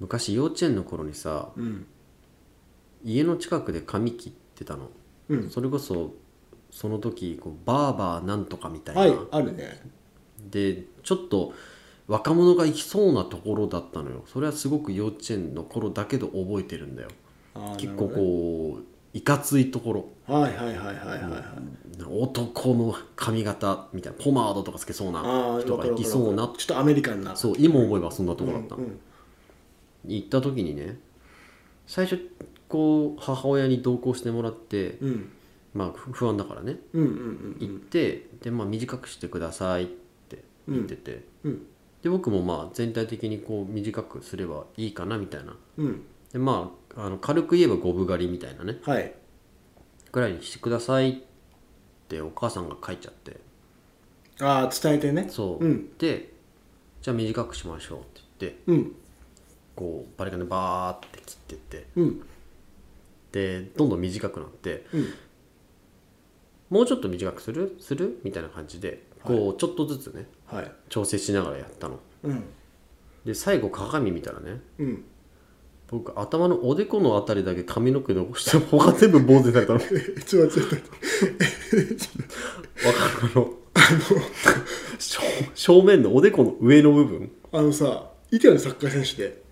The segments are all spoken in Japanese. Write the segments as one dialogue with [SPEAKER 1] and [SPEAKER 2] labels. [SPEAKER 1] 昔幼稚園の頃にさ
[SPEAKER 2] うん
[SPEAKER 1] 家の近くで髪切ってたの
[SPEAKER 2] うん
[SPEAKER 1] それこそその時こうバーバーなんとかみたいな、
[SPEAKER 2] はいあるね
[SPEAKER 1] でちょっと若者が行きそうなところだったのよそれはすごく幼稚園の頃だけど覚えてるんだよ
[SPEAKER 2] あー
[SPEAKER 1] 結構
[SPEAKER 2] なる
[SPEAKER 1] こういかついところ
[SPEAKER 2] ほどねはいはいはいはいはいはい
[SPEAKER 1] 男の髪型みたいなポマードとかつけそう
[SPEAKER 2] あ
[SPEAKER 1] な
[SPEAKER 2] あ
[SPEAKER 1] 人がいきそうな
[SPEAKER 2] ちょっとアメリカンな
[SPEAKER 1] そう今思えばそんなとこ
[SPEAKER 2] う
[SPEAKER 1] ろ
[SPEAKER 2] んう
[SPEAKER 1] だ
[SPEAKER 2] ん
[SPEAKER 1] ったの、行った時にね最初こう母親に同行してもらって、
[SPEAKER 2] うん
[SPEAKER 1] まあふ不安だからね
[SPEAKER 2] うんうんう
[SPEAKER 1] 行っ
[SPEAKER 2] ん
[SPEAKER 1] て、でまあ短くしてくださいって言ってて、
[SPEAKER 2] うん
[SPEAKER 1] で僕もまあ全体的にこう短くすればいいかなみたいな
[SPEAKER 2] うん
[SPEAKER 1] でまああの軽く言えば五分刈りみたいなね
[SPEAKER 2] はい
[SPEAKER 1] ぐらいにしてくださいってお母さんが書いちゃって
[SPEAKER 2] ああ伝えてね
[SPEAKER 1] そう、
[SPEAKER 2] うん
[SPEAKER 1] でじゃあ短くしましょうって言って
[SPEAKER 2] うん
[SPEAKER 1] こうバリカンでバーって切ってって
[SPEAKER 2] うん
[SPEAKER 1] でどんどん短くなって
[SPEAKER 2] うん
[SPEAKER 1] もうちょっと短くするするみたいな感じでこうちょっとずつね
[SPEAKER 2] はい
[SPEAKER 1] 調整しながらやったの
[SPEAKER 2] うん
[SPEAKER 1] で最後鏡見たらね
[SPEAKER 2] うん
[SPEAKER 1] 僕頭のおでこのあたりだけ髪の毛残して他全部坊主だったのわかる
[SPEAKER 2] えちょっと待ってちょっと待って
[SPEAKER 1] あの正正面のおでこの上の部分
[SPEAKER 2] あのさイタリアのサッカー選手で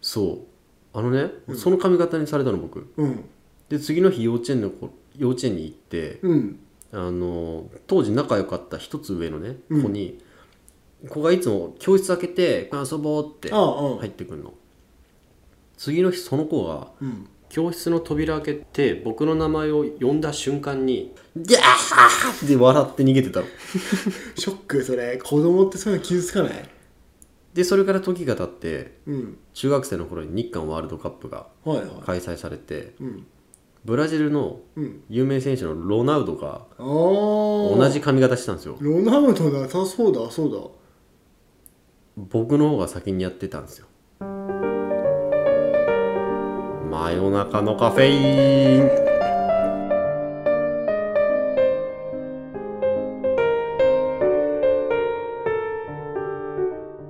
[SPEAKER 1] そうあのね、その髪型にされたの僕
[SPEAKER 2] うん
[SPEAKER 1] で次の日幼稚園の子幼稚園に行って
[SPEAKER 2] うん
[SPEAKER 1] あの当時仲良かった一つ上のね子に、子がいつも教室開けて「遊ぼう」って
[SPEAKER 2] ああああ
[SPEAKER 1] 入ってくるの次の日その子が
[SPEAKER 2] うん
[SPEAKER 1] 教室の扉開けて僕の名前を呼んだ瞬間に「ギャー!」って笑って逃げてたの
[SPEAKER 2] ショックそれ子供ってそういうの傷つかない
[SPEAKER 1] でそれから時が経って
[SPEAKER 2] うん
[SPEAKER 1] 中学生の頃に日韓ワールドカップが
[SPEAKER 2] はいは
[SPEAKER 1] 開催されて
[SPEAKER 2] いうん
[SPEAKER 1] ブラジルの
[SPEAKER 2] うん
[SPEAKER 1] 有名選手のロナウドが
[SPEAKER 2] ああ同
[SPEAKER 1] 同じ髪型してたんですよ
[SPEAKER 2] ロナウドださそうだそう
[SPEAKER 1] 僕の方が先にやってたんですよ真夜中のカフェイン
[SPEAKER 2] だ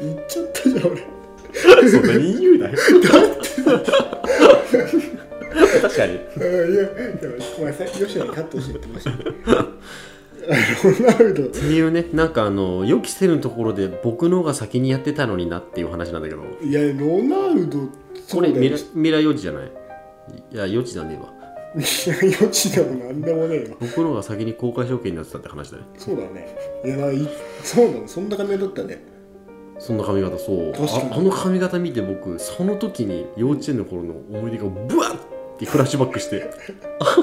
[SPEAKER 2] 言っちゃったじゃん俺
[SPEAKER 1] そんなに言う なよ確かに
[SPEAKER 2] うんいや、でもごめんなさい、吉野にカットしてってました。ロナウド、
[SPEAKER 1] っていうねなんかあの予期せぬところで僕の方が先にやってたのになっていう話なんだけど
[SPEAKER 2] いや、ロナウド、
[SPEAKER 1] これ
[SPEAKER 2] そうだ
[SPEAKER 1] 未
[SPEAKER 2] よ
[SPEAKER 1] 来未来予知じゃないいや予知じゃねえわ
[SPEAKER 2] いや、吉野もなんでもねえよ。
[SPEAKER 1] 僕の方が先に公開証券になってたって話だね
[SPEAKER 2] そうだね。いや、いそうだね、そんな髪型だったね。
[SPEAKER 1] そんな髪型そう
[SPEAKER 2] 確かに
[SPEAKER 1] ああの髪型見て僕その時に幼稚園の頃の思い出がブワッってフラッシュバック してあ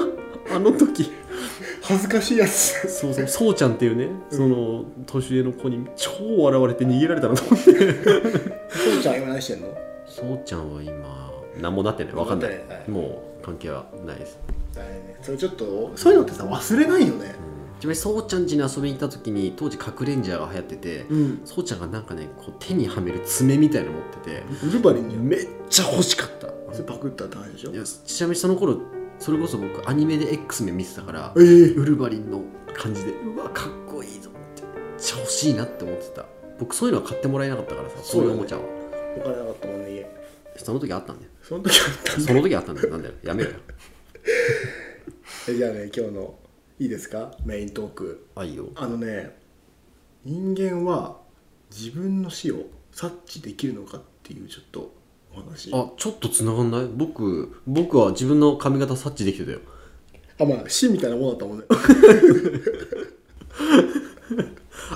[SPEAKER 1] あの時
[SPEAKER 2] 恥ずかしいやつ。
[SPEAKER 1] そうそうそうちゃんっていうねその年上の子に超笑われて逃げられたなと思って
[SPEAKER 2] そうちゃん、今何してんの
[SPEAKER 1] そうちゃんは今何もなってないわかんない、
[SPEAKER 2] わかんないはい
[SPEAKER 1] もう関係はないです
[SPEAKER 2] だね。それちょっと、そういうのってさ、忘れないよね。
[SPEAKER 1] ちなみにそうちゃん家に遊びに行った時に当時かくれんじゃが流行ってて、
[SPEAKER 2] うん。
[SPEAKER 1] そうちゃんがなんかねこう手にはめる爪みたいなの持ってて
[SPEAKER 2] ウルバリンじゃん。
[SPEAKER 1] めっちゃ欲しかった
[SPEAKER 2] それパクったって話でしょ
[SPEAKER 1] い。やちなみにその頃それこそ僕アニメで X メン見てたから
[SPEAKER 2] ええ
[SPEAKER 1] ウルヴァリンの感じでうわかっこいいぞってめっちゃ欲しいなって思ってた僕そういうのは買ってもらえなかったからさ
[SPEAKER 2] そ
[SPEAKER 1] そうう
[SPEAKER 2] だ
[SPEAKER 1] いう
[SPEAKER 2] ね
[SPEAKER 1] おもちゃは
[SPEAKER 2] お金なかったもんね、家。
[SPEAKER 1] その時あったんだよ
[SPEAKER 2] その時あったんだ
[SPEAKER 1] その時あったんだよなんだよや めろよ
[SPEAKER 2] えじゃあね、今日の、いいですかメイントーク。
[SPEAKER 1] あいいよ
[SPEAKER 2] あのね人間は自分の死を察知できるのかっていうちょっとお話あ
[SPEAKER 1] あちょっと繋がんない僕僕は自分の髪型察知できてたよ
[SPEAKER 2] まあ死みたいなものだったもんね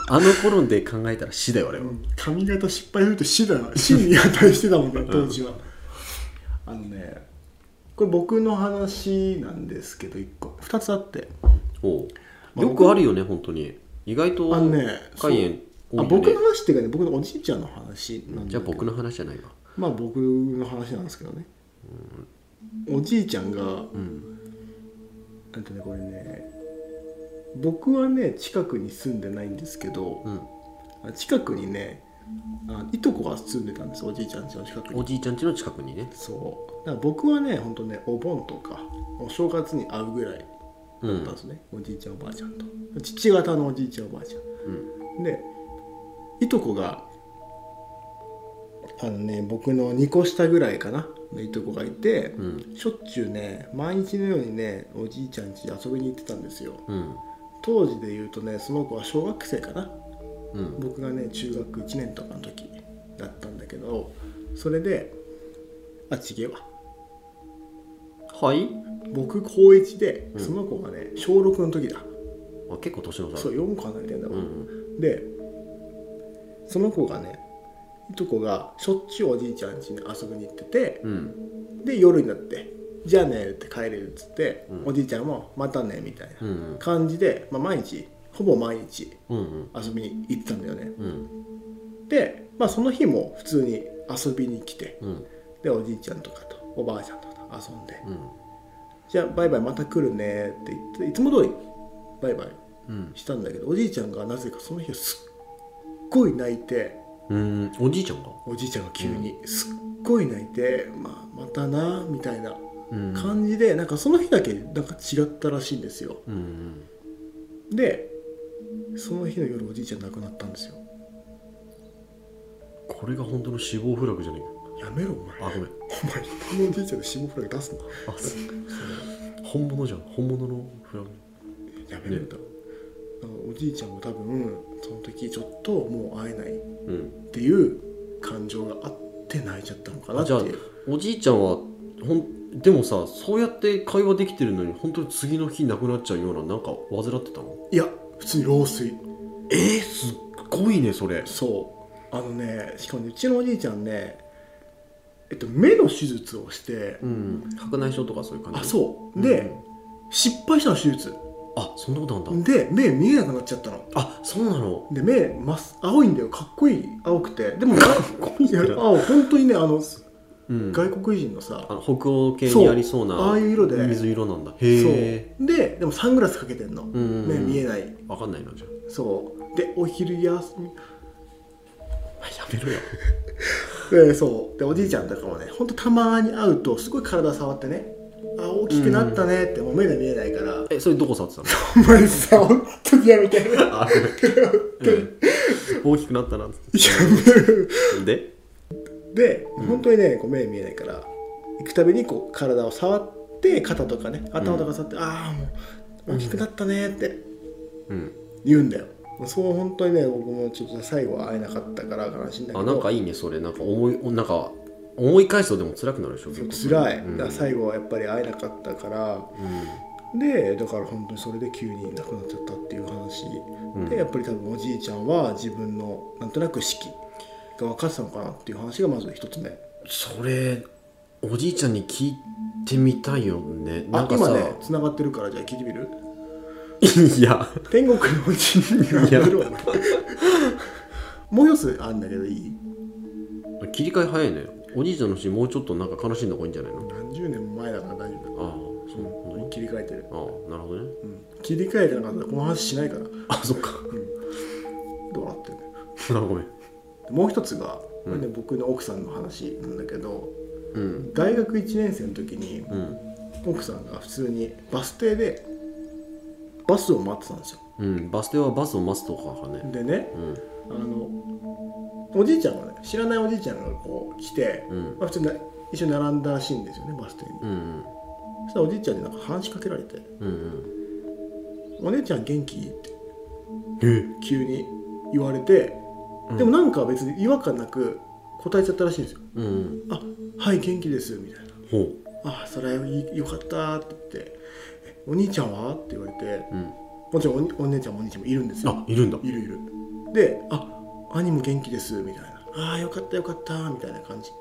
[SPEAKER 1] あの頃で考えたら死だよあれは、
[SPEAKER 2] 髪型失敗すると死だ死に値してたもんね当時は、あのねこれ僕の話なんですけど1個2つあって
[SPEAKER 1] おう
[SPEAKER 2] まあ
[SPEAKER 1] よくあるよね本当に意外と
[SPEAKER 2] あのね
[SPEAKER 1] 肝炎多いよね
[SPEAKER 2] あ僕の話っていうかね僕のおじいちゃんの話なんだけど
[SPEAKER 1] じゃあ僕の話じゃないわ
[SPEAKER 2] まあ僕の話なんですけどね、おじいちゃんが、あとねこれね僕はね近くに住んでないんですけど
[SPEAKER 1] う、ん
[SPEAKER 2] あ近くにねあいとこが住んでたんですおじいちゃん家の近く
[SPEAKER 1] お
[SPEAKER 2] に
[SPEAKER 1] じいちゃん家の近くにね
[SPEAKER 2] そうだから僕はね本当ねお盆とかお正月に会うぐらいだ
[SPEAKER 1] う
[SPEAKER 2] った
[SPEAKER 1] ん
[SPEAKER 2] んですね、おじいちゃんおばあちゃんと父方のおじいちゃんおばあちゃん
[SPEAKER 1] うん
[SPEAKER 2] でいとこがあのね僕の2個下ぐらいかなのいとこがいて、
[SPEAKER 1] うん
[SPEAKER 2] しょっちゅうね毎日のようにねおじいちゃん家遊びに行ってたんですよ
[SPEAKER 1] うん
[SPEAKER 2] 当時で言うとねその子は小学生かな
[SPEAKER 1] うん
[SPEAKER 2] 僕がね中学1年とかの時だったんだけどそれであちげえわ
[SPEAKER 1] はい
[SPEAKER 2] 僕高1でその子がね、小6の時だ
[SPEAKER 1] あ結構年の
[SPEAKER 2] そ
[SPEAKER 1] 差
[SPEAKER 2] う4個離れてんだわ、
[SPEAKER 1] うん
[SPEAKER 2] でその子がねいとこがしょっちゅうおじいちゃん家に遊びに行ってて、
[SPEAKER 1] うん
[SPEAKER 2] で夜になって「じゃあね」って帰れるっつって、
[SPEAKER 1] うん
[SPEAKER 2] おじいちゃんも「またね」みたい
[SPEAKER 1] うんう
[SPEAKER 2] なん感じで、まあ、毎日ほぼ毎日
[SPEAKER 1] うん
[SPEAKER 2] 遊びに行ってたんだよね
[SPEAKER 1] うん
[SPEAKER 2] で、まあ、その日も普通に遊びに来て
[SPEAKER 1] うん
[SPEAKER 2] でおじいちゃんとかとおばあちゃんとかと遊んで
[SPEAKER 1] うん
[SPEAKER 2] 「じゃあバイバイまた来るね」って言っていつも通りバイバイ
[SPEAKER 1] うん
[SPEAKER 2] したんだけどおじいちゃんがなぜかその日はすっごい泣いて
[SPEAKER 1] うんおじいちゃんが
[SPEAKER 2] おじいちゃんが急にすっごい泣いて「まあ、またな」みたいな
[SPEAKER 1] うん
[SPEAKER 2] 感じでなんかその日だけなんか違ったらしいんですよ
[SPEAKER 1] うん
[SPEAKER 2] でその日の夜おじいちゃん亡くなったんですよ
[SPEAKER 1] これが本当の死亡フラグじゃね
[SPEAKER 2] やめろお
[SPEAKER 1] えかあご
[SPEAKER 2] 前
[SPEAKER 1] めん
[SPEAKER 2] お前このおじいちゃんの死亡フラグ出すな
[SPEAKER 1] あそう本物じゃん本物のフラグ
[SPEAKER 2] やめろよ
[SPEAKER 1] ね
[SPEAKER 2] だからおじいちゃんも多分その時ちょっともう会えないっ
[SPEAKER 1] うん
[SPEAKER 2] ていう感情があって泣いちゃったのかな
[SPEAKER 1] あ
[SPEAKER 2] って
[SPEAKER 1] じゃあ
[SPEAKER 2] いう
[SPEAKER 1] おじいちゃんはほんでもさそうやって会話できてるのに本当に次の日なくなっちゃうようななんか患ってたの
[SPEAKER 2] いや普通に老衰
[SPEAKER 1] えー、すっごいねそれ
[SPEAKER 2] そうあのねしかもねうちのおじいちゃんねえっと目の手術をして
[SPEAKER 1] うん白内障とかそういう感じ
[SPEAKER 2] あそう
[SPEAKER 1] で、
[SPEAKER 2] で、失敗したの手術
[SPEAKER 1] あそんなことあんだ、
[SPEAKER 2] で目見えなくなっちゃったの
[SPEAKER 1] あそうなの
[SPEAKER 2] で目真っ青いんだよかっこいい青くてでもかっこいいやあ本当にねあの
[SPEAKER 1] うん
[SPEAKER 2] 外国人のさ、
[SPEAKER 1] あの北欧系にありそうな
[SPEAKER 2] そうああいう色で
[SPEAKER 1] 水色なんだ
[SPEAKER 2] そ
[SPEAKER 1] へえ
[SPEAKER 2] うででもサングラスかけてんの、
[SPEAKER 1] ん
[SPEAKER 2] 目見えない
[SPEAKER 1] わかんないなじゃ
[SPEAKER 2] そうでお昼休み
[SPEAKER 1] あやめろよ
[SPEAKER 2] でそうでおじいちゃんとかもねほんとたまに会うとすごい体触ってねあ大きくなったねって、もう目が見えないから
[SPEAKER 1] えそれどこ触ってたの
[SPEAKER 2] お前さ本当にやめてやめて
[SPEAKER 1] あごめん うん大きくなったなっつってで
[SPEAKER 2] で、本当にねこう目見えないから行くたびにこう体を触って肩とかね頭とか触って、ああもう大きくなったねって
[SPEAKER 1] うん
[SPEAKER 2] 言うんだよ、そう本当にね僕もちょっと最後は会えなかったから悲しいんだけど
[SPEAKER 1] あなんかいいねそれなんか思いなんか思い返すとでも辛くなるでしょ
[SPEAKER 2] そう
[SPEAKER 1] 結構
[SPEAKER 2] 辛い、
[SPEAKER 1] うん
[SPEAKER 2] だから最後はやっぱり会えなかったからでだから本当にそれで急に亡くなっちゃったっていう話、
[SPEAKER 1] うん
[SPEAKER 2] でやっぱり多分おじいちゃんは自分のなんとなく式が分かってたのかなっていう話がまず一つ目
[SPEAKER 1] それおじいちゃんに聞いてみたいよねなん
[SPEAKER 2] あ
[SPEAKER 1] か
[SPEAKER 2] 今
[SPEAKER 1] さ、
[SPEAKER 2] ねつながってるからじゃあ聞いてみる
[SPEAKER 1] いや
[SPEAKER 2] 天国のうちに
[SPEAKER 1] いや
[SPEAKER 2] やめろお前もう一つあんだけどいい
[SPEAKER 1] 切り替え早いねおじいちゃんの死もうちょっとなんか悲しんだ方がいいんじゃないの
[SPEAKER 2] 何十年も前だから大丈夫
[SPEAKER 1] ああそう本
[SPEAKER 2] もう切り替えてる、
[SPEAKER 1] 当にああなるほどね
[SPEAKER 2] うん、切り替えてなかったらこの話しないから
[SPEAKER 1] あそっか
[SPEAKER 2] どうなってんのよ
[SPEAKER 1] あごめん
[SPEAKER 2] でもう一つが、これね、僕の奥さんの話なんだけど
[SPEAKER 1] うん
[SPEAKER 2] 大学1年生の時に
[SPEAKER 1] うん
[SPEAKER 2] 奥さんが普通にバス停でバスを待ってたんですよ
[SPEAKER 1] うんバス停はバスを待つとかがね
[SPEAKER 2] でね
[SPEAKER 1] うん
[SPEAKER 2] あのおじいちゃんがね知らないおじいちゃんがこう来て、
[SPEAKER 1] うん
[SPEAKER 2] まあ、普通にな一緒に並んだらしいんですよねバス停に、
[SPEAKER 1] うん
[SPEAKER 2] そしたらおじいちゃんになんか話しかけられて
[SPEAKER 1] うんうん
[SPEAKER 2] 「お姉ちゃん元気?」って
[SPEAKER 1] え
[SPEAKER 2] 急に言われて、
[SPEAKER 1] うん
[SPEAKER 2] でもなんか別に違和感なく答えちゃったらしいんですよ
[SPEAKER 1] うん
[SPEAKER 2] 「あはい元気です」みたいな
[SPEAKER 1] ほう
[SPEAKER 2] 「あそれはいよかった」って言ってえ「お兄ちゃんは?」って言われて
[SPEAKER 1] うん
[SPEAKER 2] もちろんおにお姉ちゃんもお兄ちゃんもいるんですよ
[SPEAKER 1] あいるんだ
[SPEAKER 2] いるいるで「あ兄も元気です」みたいな「あーよかったよかった」みたいな感じそ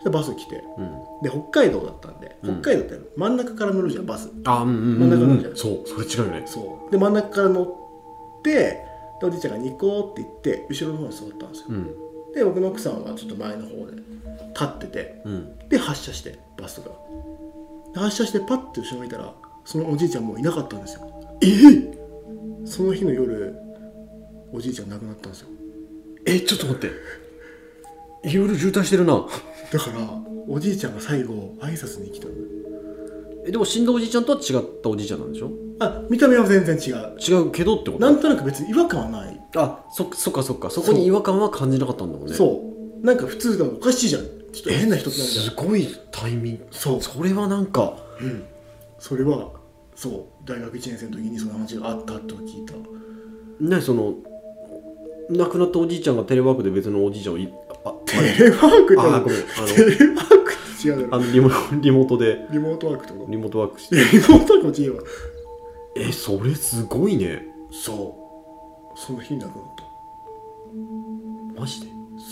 [SPEAKER 2] したらバス来て
[SPEAKER 1] うん
[SPEAKER 2] で北海道だったんで
[SPEAKER 1] うん
[SPEAKER 2] 北海道って真ん中から乗るじゃんバス
[SPEAKER 1] あうんうん
[SPEAKER 2] 真ん
[SPEAKER 1] う
[SPEAKER 2] 中なん
[SPEAKER 1] ん
[SPEAKER 2] じ
[SPEAKER 1] う
[SPEAKER 2] ゃなんい
[SPEAKER 1] そうそれ違うよね
[SPEAKER 2] そうで真ん中から乗ってでおじいちゃんが「ニコ」って言って後ろの方に座ったんですよ
[SPEAKER 1] うん
[SPEAKER 2] で僕の奥さんはちょっと前の方で立ってて
[SPEAKER 1] うん
[SPEAKER 2] で発車してバスがで発車してパッて後ろ見たらそのおじいちゃんもういなかったんですよええその日の夜おじいちゃん亡くなったんですよ
[SPEAKER 1] えちょっと待っていろいろ渋滞してるな
[SPEAKER 2] だからおじいちゃんが最後挨拶に来たの
[SPEAKER 1] えでも死んだおじいちゃんとは違ったおじいちゃんなんでしょ
[SPEAKER 2] あ見た目は全然違う
[SPEAKER 1] 違うけどってこと
[SPEAKER 2] なんとなく別に違和感はない、
[SPEAKER 1] あそそっかそっかそこに違和感は感じなかったんだもんね
[SPEAKER 2] そうなんか普通だおかしいじゃんちょっと変な人ってなるじゃん
[SPEAKER 1] すごいタイミング
[SPEAKER 2] そう
[SPEAKER 1] それはなんか
[SPEAKER 2] それはそう大学1年生の時にその話があったと聞いた
[SPEAKER 1] ねその亡くなったおじいちゃんがテレワークで別のおじいちゃんをいあ
[SPEAKER 2] テレワークって
[SPEAKER 1] あごめん
[SPEAKER 2] テレワークって違うだ
[SPEAKER 1] あ
[SPEAKER 2] ろ
[SPEAKER 1] のリモリモートで
[SPEAKER 2] リモートワークってこと
[SPEAKER 1] リモートワークし
[SPEAKER 2] い
[SPEAKER 1] て
[SPEAKER 2] やリモートワークも違えわ
[SPEAKER 1] えそれすごいね
[SPEAKER 2] そうその日に亡くなった
[SPEAKER 1] マジで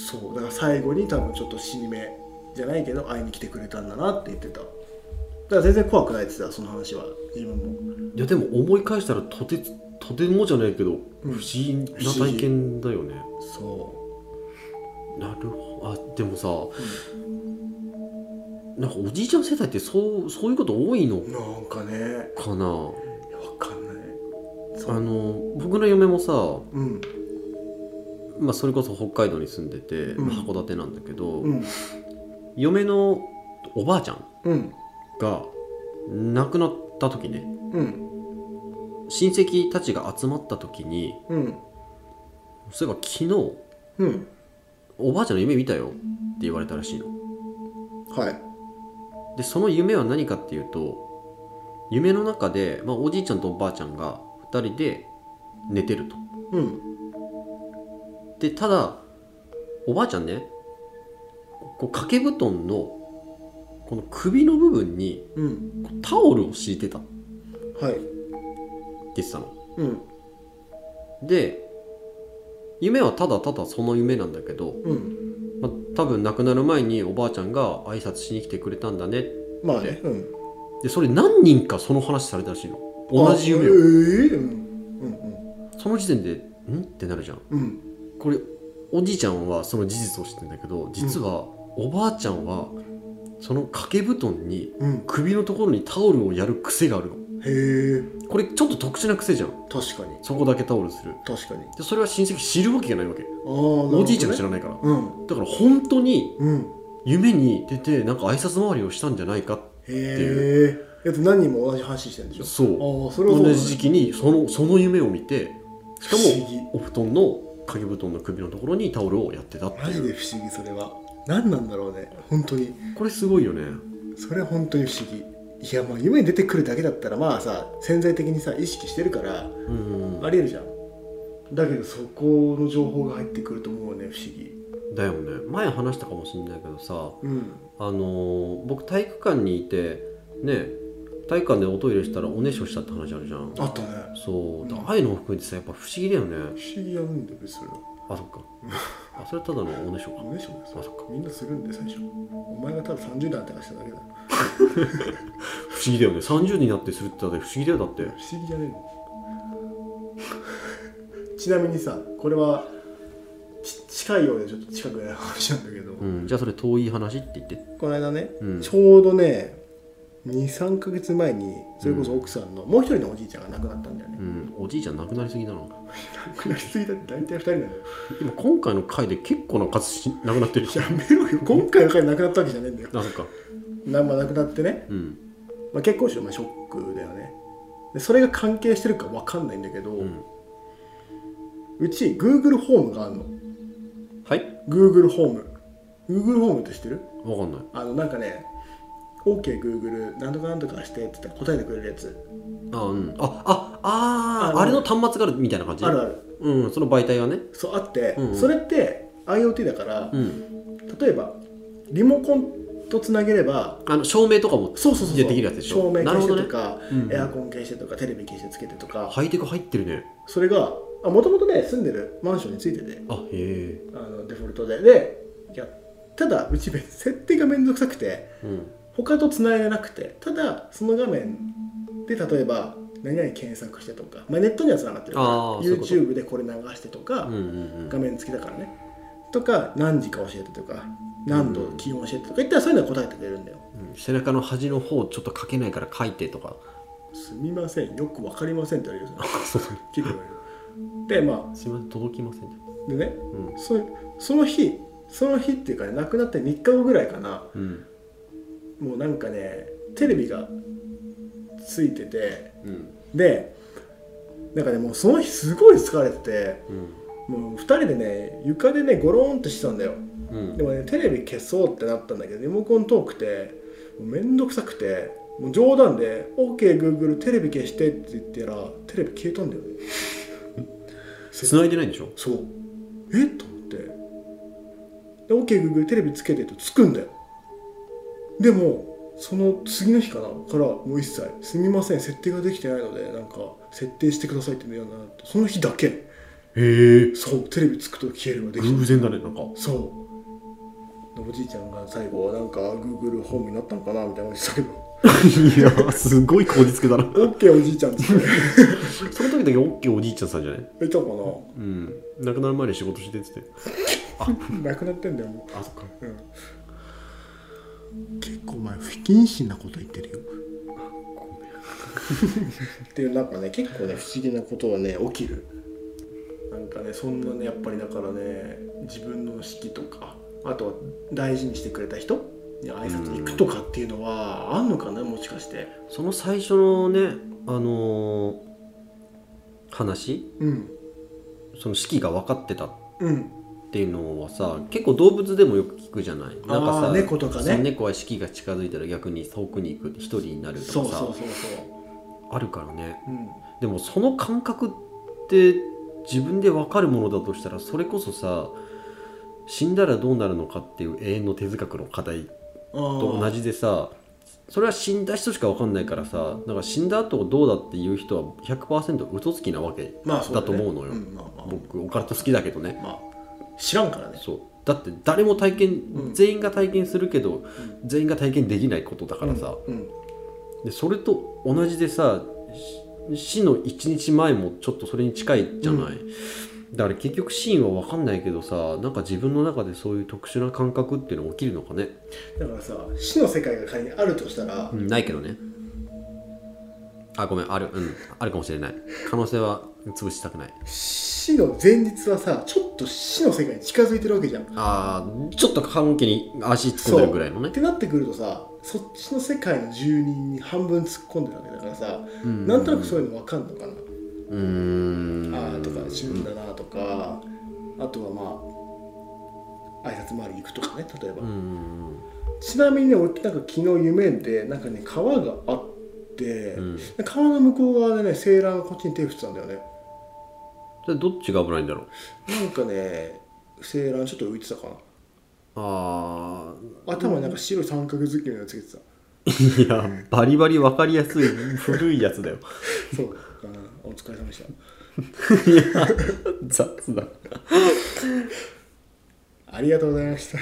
[SPEAKER 2] そうだから最後に多分ちょっと死に目じゃないけど会いに来てくれたんだなって言ってただから全然怖くないって言ってたその話は自分も
[SPEAKER 1] いやでも思い返したらとてつとてもじゃないけど不
[SPEAKER 2] うん
[SPEAKER 1] 思議な体験だよね、
[SPEAKER 2] そ
[SPEAKER 1] なるほどあでもさ、なんかおじいちゃん世代ってそうそういうこと多いの
[SPEAKER 2] うなんかね
[SPEAKER 1] かな
[SPEAKER 2] いやわかんないそう
[SPEAKER 1] あの僕の嫁もさ、
[SPEAKER 2] うん
[SPEAKER 1] まあ、それこそ北海道に住んでて、
[SPEAKER 2] うん
[SPEAKER 1] まあ函館なんだけど、
[SPEAKER 2] うん
[SPEAKER 1] 嫁のおばあちゃん
[SPEAKER 2] うん
[SPEAKER 1] が亡くなった時ね
[SPEAKER 2] うん
[SPEAKER 1] 親戚たちが集まった時に
[SPEAKER 2] うん
[SPEAKER 1] そういえば昨日
[SPEAKER 2] うん
[SPEAKER 1] おばあちゃんの夢見たよって言われたらしいの
[SPEAKER 2] はい
[SPEAKER 1] でその夢は何かっていうと夢の中で、まあ、おじいちゃんとおばあちゃんが2人で寝てると
[SPEAKER 2] うん
[SPEAKER 1] でただおばあちゃんねこう掛け布団のこの首の部分に
[SPEAKER 2] うん
[SPEAKER 1] こうタオルを敷いてたって
[SPEAKER 2] はい
[SPEAKER 1] 言ってたの
[SPEAKER 2] うん
[SPEAKER 1] で夢はただただその夢なんだけど、
[SPEAKER 2] うん
[SPEAKER 1] まあ、多分亡くなる前におばあちゃんが挨拶しに来てくれたんだね
[SPEAKER 2] まあねうん
[SPEAKER 1] でそれ何人かその話されたらしいの同じ夢
[SPEAKER 2] あえ
[SPEAKER 1] を
[SPEAKER 2] えうん
[SPEAKER 1] その時点で「ん?」ってなるじゃん
[SPEAKER 2] うんうん
[SPEAKER 1] これおじいちゃんはその事実を知ってんだけど実はおばあちゃんはその掛け布団に
[SPEAKER 2] うん
[SPEAKER 1] 首のところにタオルをやる癖があるの
[SPEAKER 2] へえ
[SPEAKER 1] これちょっと特殊な癖じゃん
[SPEAKER 2] 確かに
[SPEAKER 1] そこだけタオルする
[SPEAKER 2] 確かにあ
[SPEAKER 1] でそれは親戚知るわけがないわけ
[SPEAKER 2] あー
[SPEAKER 1] おじいちゃんが知
[SPEAKER 2] なる
[SPEAKER 1] らないから
[SPEAKER 2] ほどね
[SPEAKER 1] だから本当に
[SPEAKER 2] うんうん
[SPEAKER 1] 夢に出てなんか挨拶回りをしたんじゃないか
[SPEAKER 2] へえだって何人も同じ話してるんでしょ
[SPEAKER 1] そう
[SPEAKER 2] ああそれはそうだ
[SPEAKER 1] 同
[SPEAKER 2] ね
[SPEAKER 1] じ時期にそのその夢を見てしか
[SPEAKER 2] 不思議
[SPEAKER 1] もお布団の掛け布団の首のところにタオルをやってたって
[SPEAKER 2] マジ
[SPEAKER 1] いう
[SPEAKER 2] で不思議それは何なんだろうね本当に
[SPEAKER 1] これすごいよね
[SPEAKER 2] それは本当に不思議いやまあ夢に出てくるだけだったらまあさ潜在的にさ意識してるから
[SPEAKER 1] うん
[SPEAKER 2] ありえるじゃんだけどそこの情報が入ってくると思うね不思議
[SPEAKER 1] だよね前話したかもしれないけどさ
[SPEAKER 2] うん
[SPEAKER 1] あのー僕体育館にいてね体育館でおトイレしたらおねしょしたって話あるじゃん
[SPEAKER 2] あったね
[SPEAKER 1] そうだ
[SPEAKER 2] うん
[SPEAKER 1] ああいうのも含めてさやっぱ不思議だよね
[SPEAKER 2] 不思議やるんだよ別にそれは
[SPEAKER 1] あそっ かあそれはただのおねしょか
[SPEAKER 2] おねしょだよ
[SPEAKER 1] あそっか
[SPEAKER 2] みんなするんで最初お前がただ30代って話しただけだよ
[SPEAKER 1] 不思議だよね30になってするってだって不思議だよだって
[SPEAKER 2] 不思議じゃねえの ちなみにさこれはち近いようでちょっと近くない話なんだけど、
[SPEAKER 1] うんじゃあそれ遠い話って言って
[SPEAKER 2] この間ね、
[SPEAKER 1] うん
[SPEAKER 2] ちょうどね23か月前にそれこそ奥さんの、もう一人のおじいちゃんが亡くなったんだよね、
[SPEAKER 1] うんおじいちゃん亡くなりすぎだな
[SPEAKER 2] 亡くなりすぎだって大体2人なのよ
[SPEAKER 1] 今今回の回で結構な数しなくなってる
[SPEAKER 2] やめろよ今回の回亡くなったわけじゃねえんだよ
[SPEAKER 1] あそっか
[SPEAKER 2] なまあ亡くなってね、
[SPEAKER 1] うん
[SPEAKER 2] まあ、結構しょ、まあ、ショックだよねでそれが関係してるかわかんないんだけど、う
[SPEAKER 1] うん
[SPEAKER 2] ち Google ホームがあるの
[SPEAKER 1] はい
[SPEAKER 2] Google ホーム Google ホームって知ってる
[SPEAKER 1] わかんない
[SPEAKER 2] あのなんかね OKGoogle、なんとかなんとかしてって言ったら答えてくれるやつ
[SPEAKER 1] あうんあああ
[SPEAKER 2] あ
[SPEAKER 1] あ
[SPEAKER 2] の
[SPEAKER 1] あれの端末があるみたいな感じ
[SPEAKER 2] あるある
[SPEAKER 1] うんその媒体がね
[SPEAKER 2] そうあって、
[SPEAKER 1] うんうん
[SPEAKER 2] それって IoT だから、
[SPEAKER 1] うん
[SPEAKER 2] 例えばリモコンとつなげれば
[SPEAKER 1] あの照明とかも
[SPEAKER 2] そうそうそうそう
[SPEAKER 1] できるやつでしょ
[SPEAKER 2] 照明
[SPEAKER 1] なる
[SPEAKER 2] 消
[SPEAKER 1] ほ
[SPEAKER 2] し
[SPEAKER 1] ど
[SPEAKER 2] て
[SPEAKER 1] ね
[SPEAKER 2] とか、
[SPEAKER 1] うんうん
[SPEAKER 2] エアコン消してとかテレビ消してつけてとか、
[SPEAKER 1] ハイテク入ってるね
[SPEAKER 2] それがもともとね住んでるマンションについてて
[SPEAKER 1] あへ
[SPEAKER 2] あのデフォルトででいやただうち設定がめんどくさくて
[SPEAKER 1] えうん
[SPEAKER 2] 他とつないでなくてただその画面で例えば何々検索してとか、まあ、ネットにはつながってるから
[SPEAKER 1] あーそういうこと
[SPEAKER 2] YouTube でこれ流してとか、
[SPEAKER 1] うんうんう
[SPEAKER 2] 画
[SPEAKER 1] ん
[SPEAKER 2] 面付きだからねとか何時か教えてとか何度気温教えてとか言ったらそういうのは答えてくれるんだよ、
[SPEAKER 1] うん背中の端の方ちょっと書けないから書いてとか
[SPEAKER 2] すみませんよくわかりませんって言われる よ
[SPEAKER 1] そう
[SPEAKER 2] 聞いてくれるでます
[SPEAKER 1] いません届きません
[SPEAKER 2] あでね
[SPEAKER 1] うん
[SPEAKER 2] そその日その日っていうかね亡くなって3日後ぐらいかな
[SPEAKER 1] うん
[SPEAKER 2] もうなんかねテレビがついてて
[SPEAKER 1] うん
[SPEAKER 2] でなんかねもうその日すごい疲れてて
[SPEAKER 1] うん
[SPEAKER 2] もう2人でね床でねゴローンとしてたんだよ
[SPEAKER 1] うん
[SPEAKER 2] でもねテレビ消そうってなったんだけどリモコントークってもうめんどくさくてもう冗談で「OKGoogle、テレビ消して」って言ったらテレビ消えたんだよね
[SPEAKER 1] 繋いでないんでしょ
[SPEAKER 2] そうえと思ってで OKGoogle、テレビつけてとつくんだよでもその次の日かなからもう一切「すみません設定ができてないのでなんか設定してください」って言うんだよなってその日だけ
[SPEAKER 1] へえ
[SPEAKER 2] そうテレビつくと消えるのができた
[SPEAKER 1] 偶然だねなんか
[SPEAKER 2] そうおじいちゃんが最後なんか Google ホームになったのかなみたいなことしたけど
[SPEAKER 1] いやすごいこじつけだな
[SPEAKER 2] OK おじいちゃん って言って
[SPEAKER 1] その時だけ大きいおじいちゃんさんじゃない
[SPEAKER 2] 言ったか
[SPEAKER 1] うん亡くなる前に仕事してって言って
[SPEAKER 2] ななくなってんだよも
[SPEAKER 1] たあそっか
[SPEAKER 2] う、うん、結構前不謹慎なこと言ってるよ っていうなんかね結構ね不思議なことはね起きるなんかねそんなねやっぱりだからね自分の式とかあとは大事にしてくれた人に挨拶行くとかっていうのはあんのかなもしかして
[SPEAKER 1] その最初のねあのー話
[SPEAKER 2] うん
[SPEAKER 1] その式が分かってたっ
[SPEAKER 2] うん
[SPEAKER 1] ていうのはさ結構動物でもよく聞くじゃないなんかさ
[SPEAKER 2] あー猫とかね
[SPEAKER 1] そう猫は式が近づいたら逆に遠くに行く一人になるとかさ
[SPEAKER 2] そうそうそうそ
[SPEAKER 1] あるからね
[SPEAKER 2] う、うん、
[SPEAKER 1] でもその感覚って自分で分かるものだとしたらそれこそさ死んだらどうなるのかっていう永遠の手塚くんの課題と同
[SPEAKER 2] じ
[SPEAKER 1] じでさそれは死んだ人しか分かんないからさなんか死んだ後どうだっていう人は100%嘘つきなわけ
[SPEAKER 2] まあそう
[SPEAKER 1] だ
[SPEAKER 2] ね
[SPEAKER 1] と思うのよ、
[SPEAKER 2] んまあまあ
[SPEAKER 1] 僕オカルト好きだけどね
[SPEAKER 2] まあ知らんからね
[SPEAKER 1] そうだって誰も体験、
[SPEAKER 2] うん
[SPEAKER 1] 全員が体験するけど、全員が体験できないことだからさ、
[SPEAKER 2] うん
[SPEAKER 1] でそれと同じでさし死の1日前もちょっとそれに近いじゃない、だから結局シーンは分かんないけどさなんか自分の中でそういう特殊な感覚っていうの起きるのかね、
[SPEAKER 2] だからさ死の世界が仮にあるとしたら、
[SPEAKER 1] うんないけどねあごめんあるうんあるかもしれない可能性は潰したくない
[SPEAKER 2] 死の前日はさちょっと死の世界に近づいてるわけじゃん
[SPEAKER 1] あーちょっと半気に足突っ込んでるぐらいのね
[SPEAKER 2] ってなってくるとさそっちの世界の住人に半分突っ込んでるわけだからさ、
[SPEAKER 1] うん
[SPEAKER 2] なんとなくそういうの分かんのかな、
[SPEAKER 1] うーん
[SPEAKER 2] ああとか自分だなとか、あとはまあ挨拶回り行くとかね例えば、
[SPEAKER 1] うん
[SPEAKER 2] ちなみにね俺なんか昨日夢でなんかね川があって、
[SPEAKER 1] うん
[SPEAKER 2] 川の向こう側でねセーラーがこっちに手振ってたんだよね
[SPEAKER 1] それどっちが危ないんだろう
[SPEAKER 2] なんかねセーラーちょっと浮いてたかな
[SPEAKER 1] あ
[SPEAKER 2] 頭になんか白い三角月みたいなのつけてた、
[SPEAKER 1] ーいやバリバリ分かりやすい古いやつだよ
[SPEAKER 2] そうかなお疲れ様でした
[SPEAKER 1] いや雑だ
[SPEAKER 2] ありがとうございました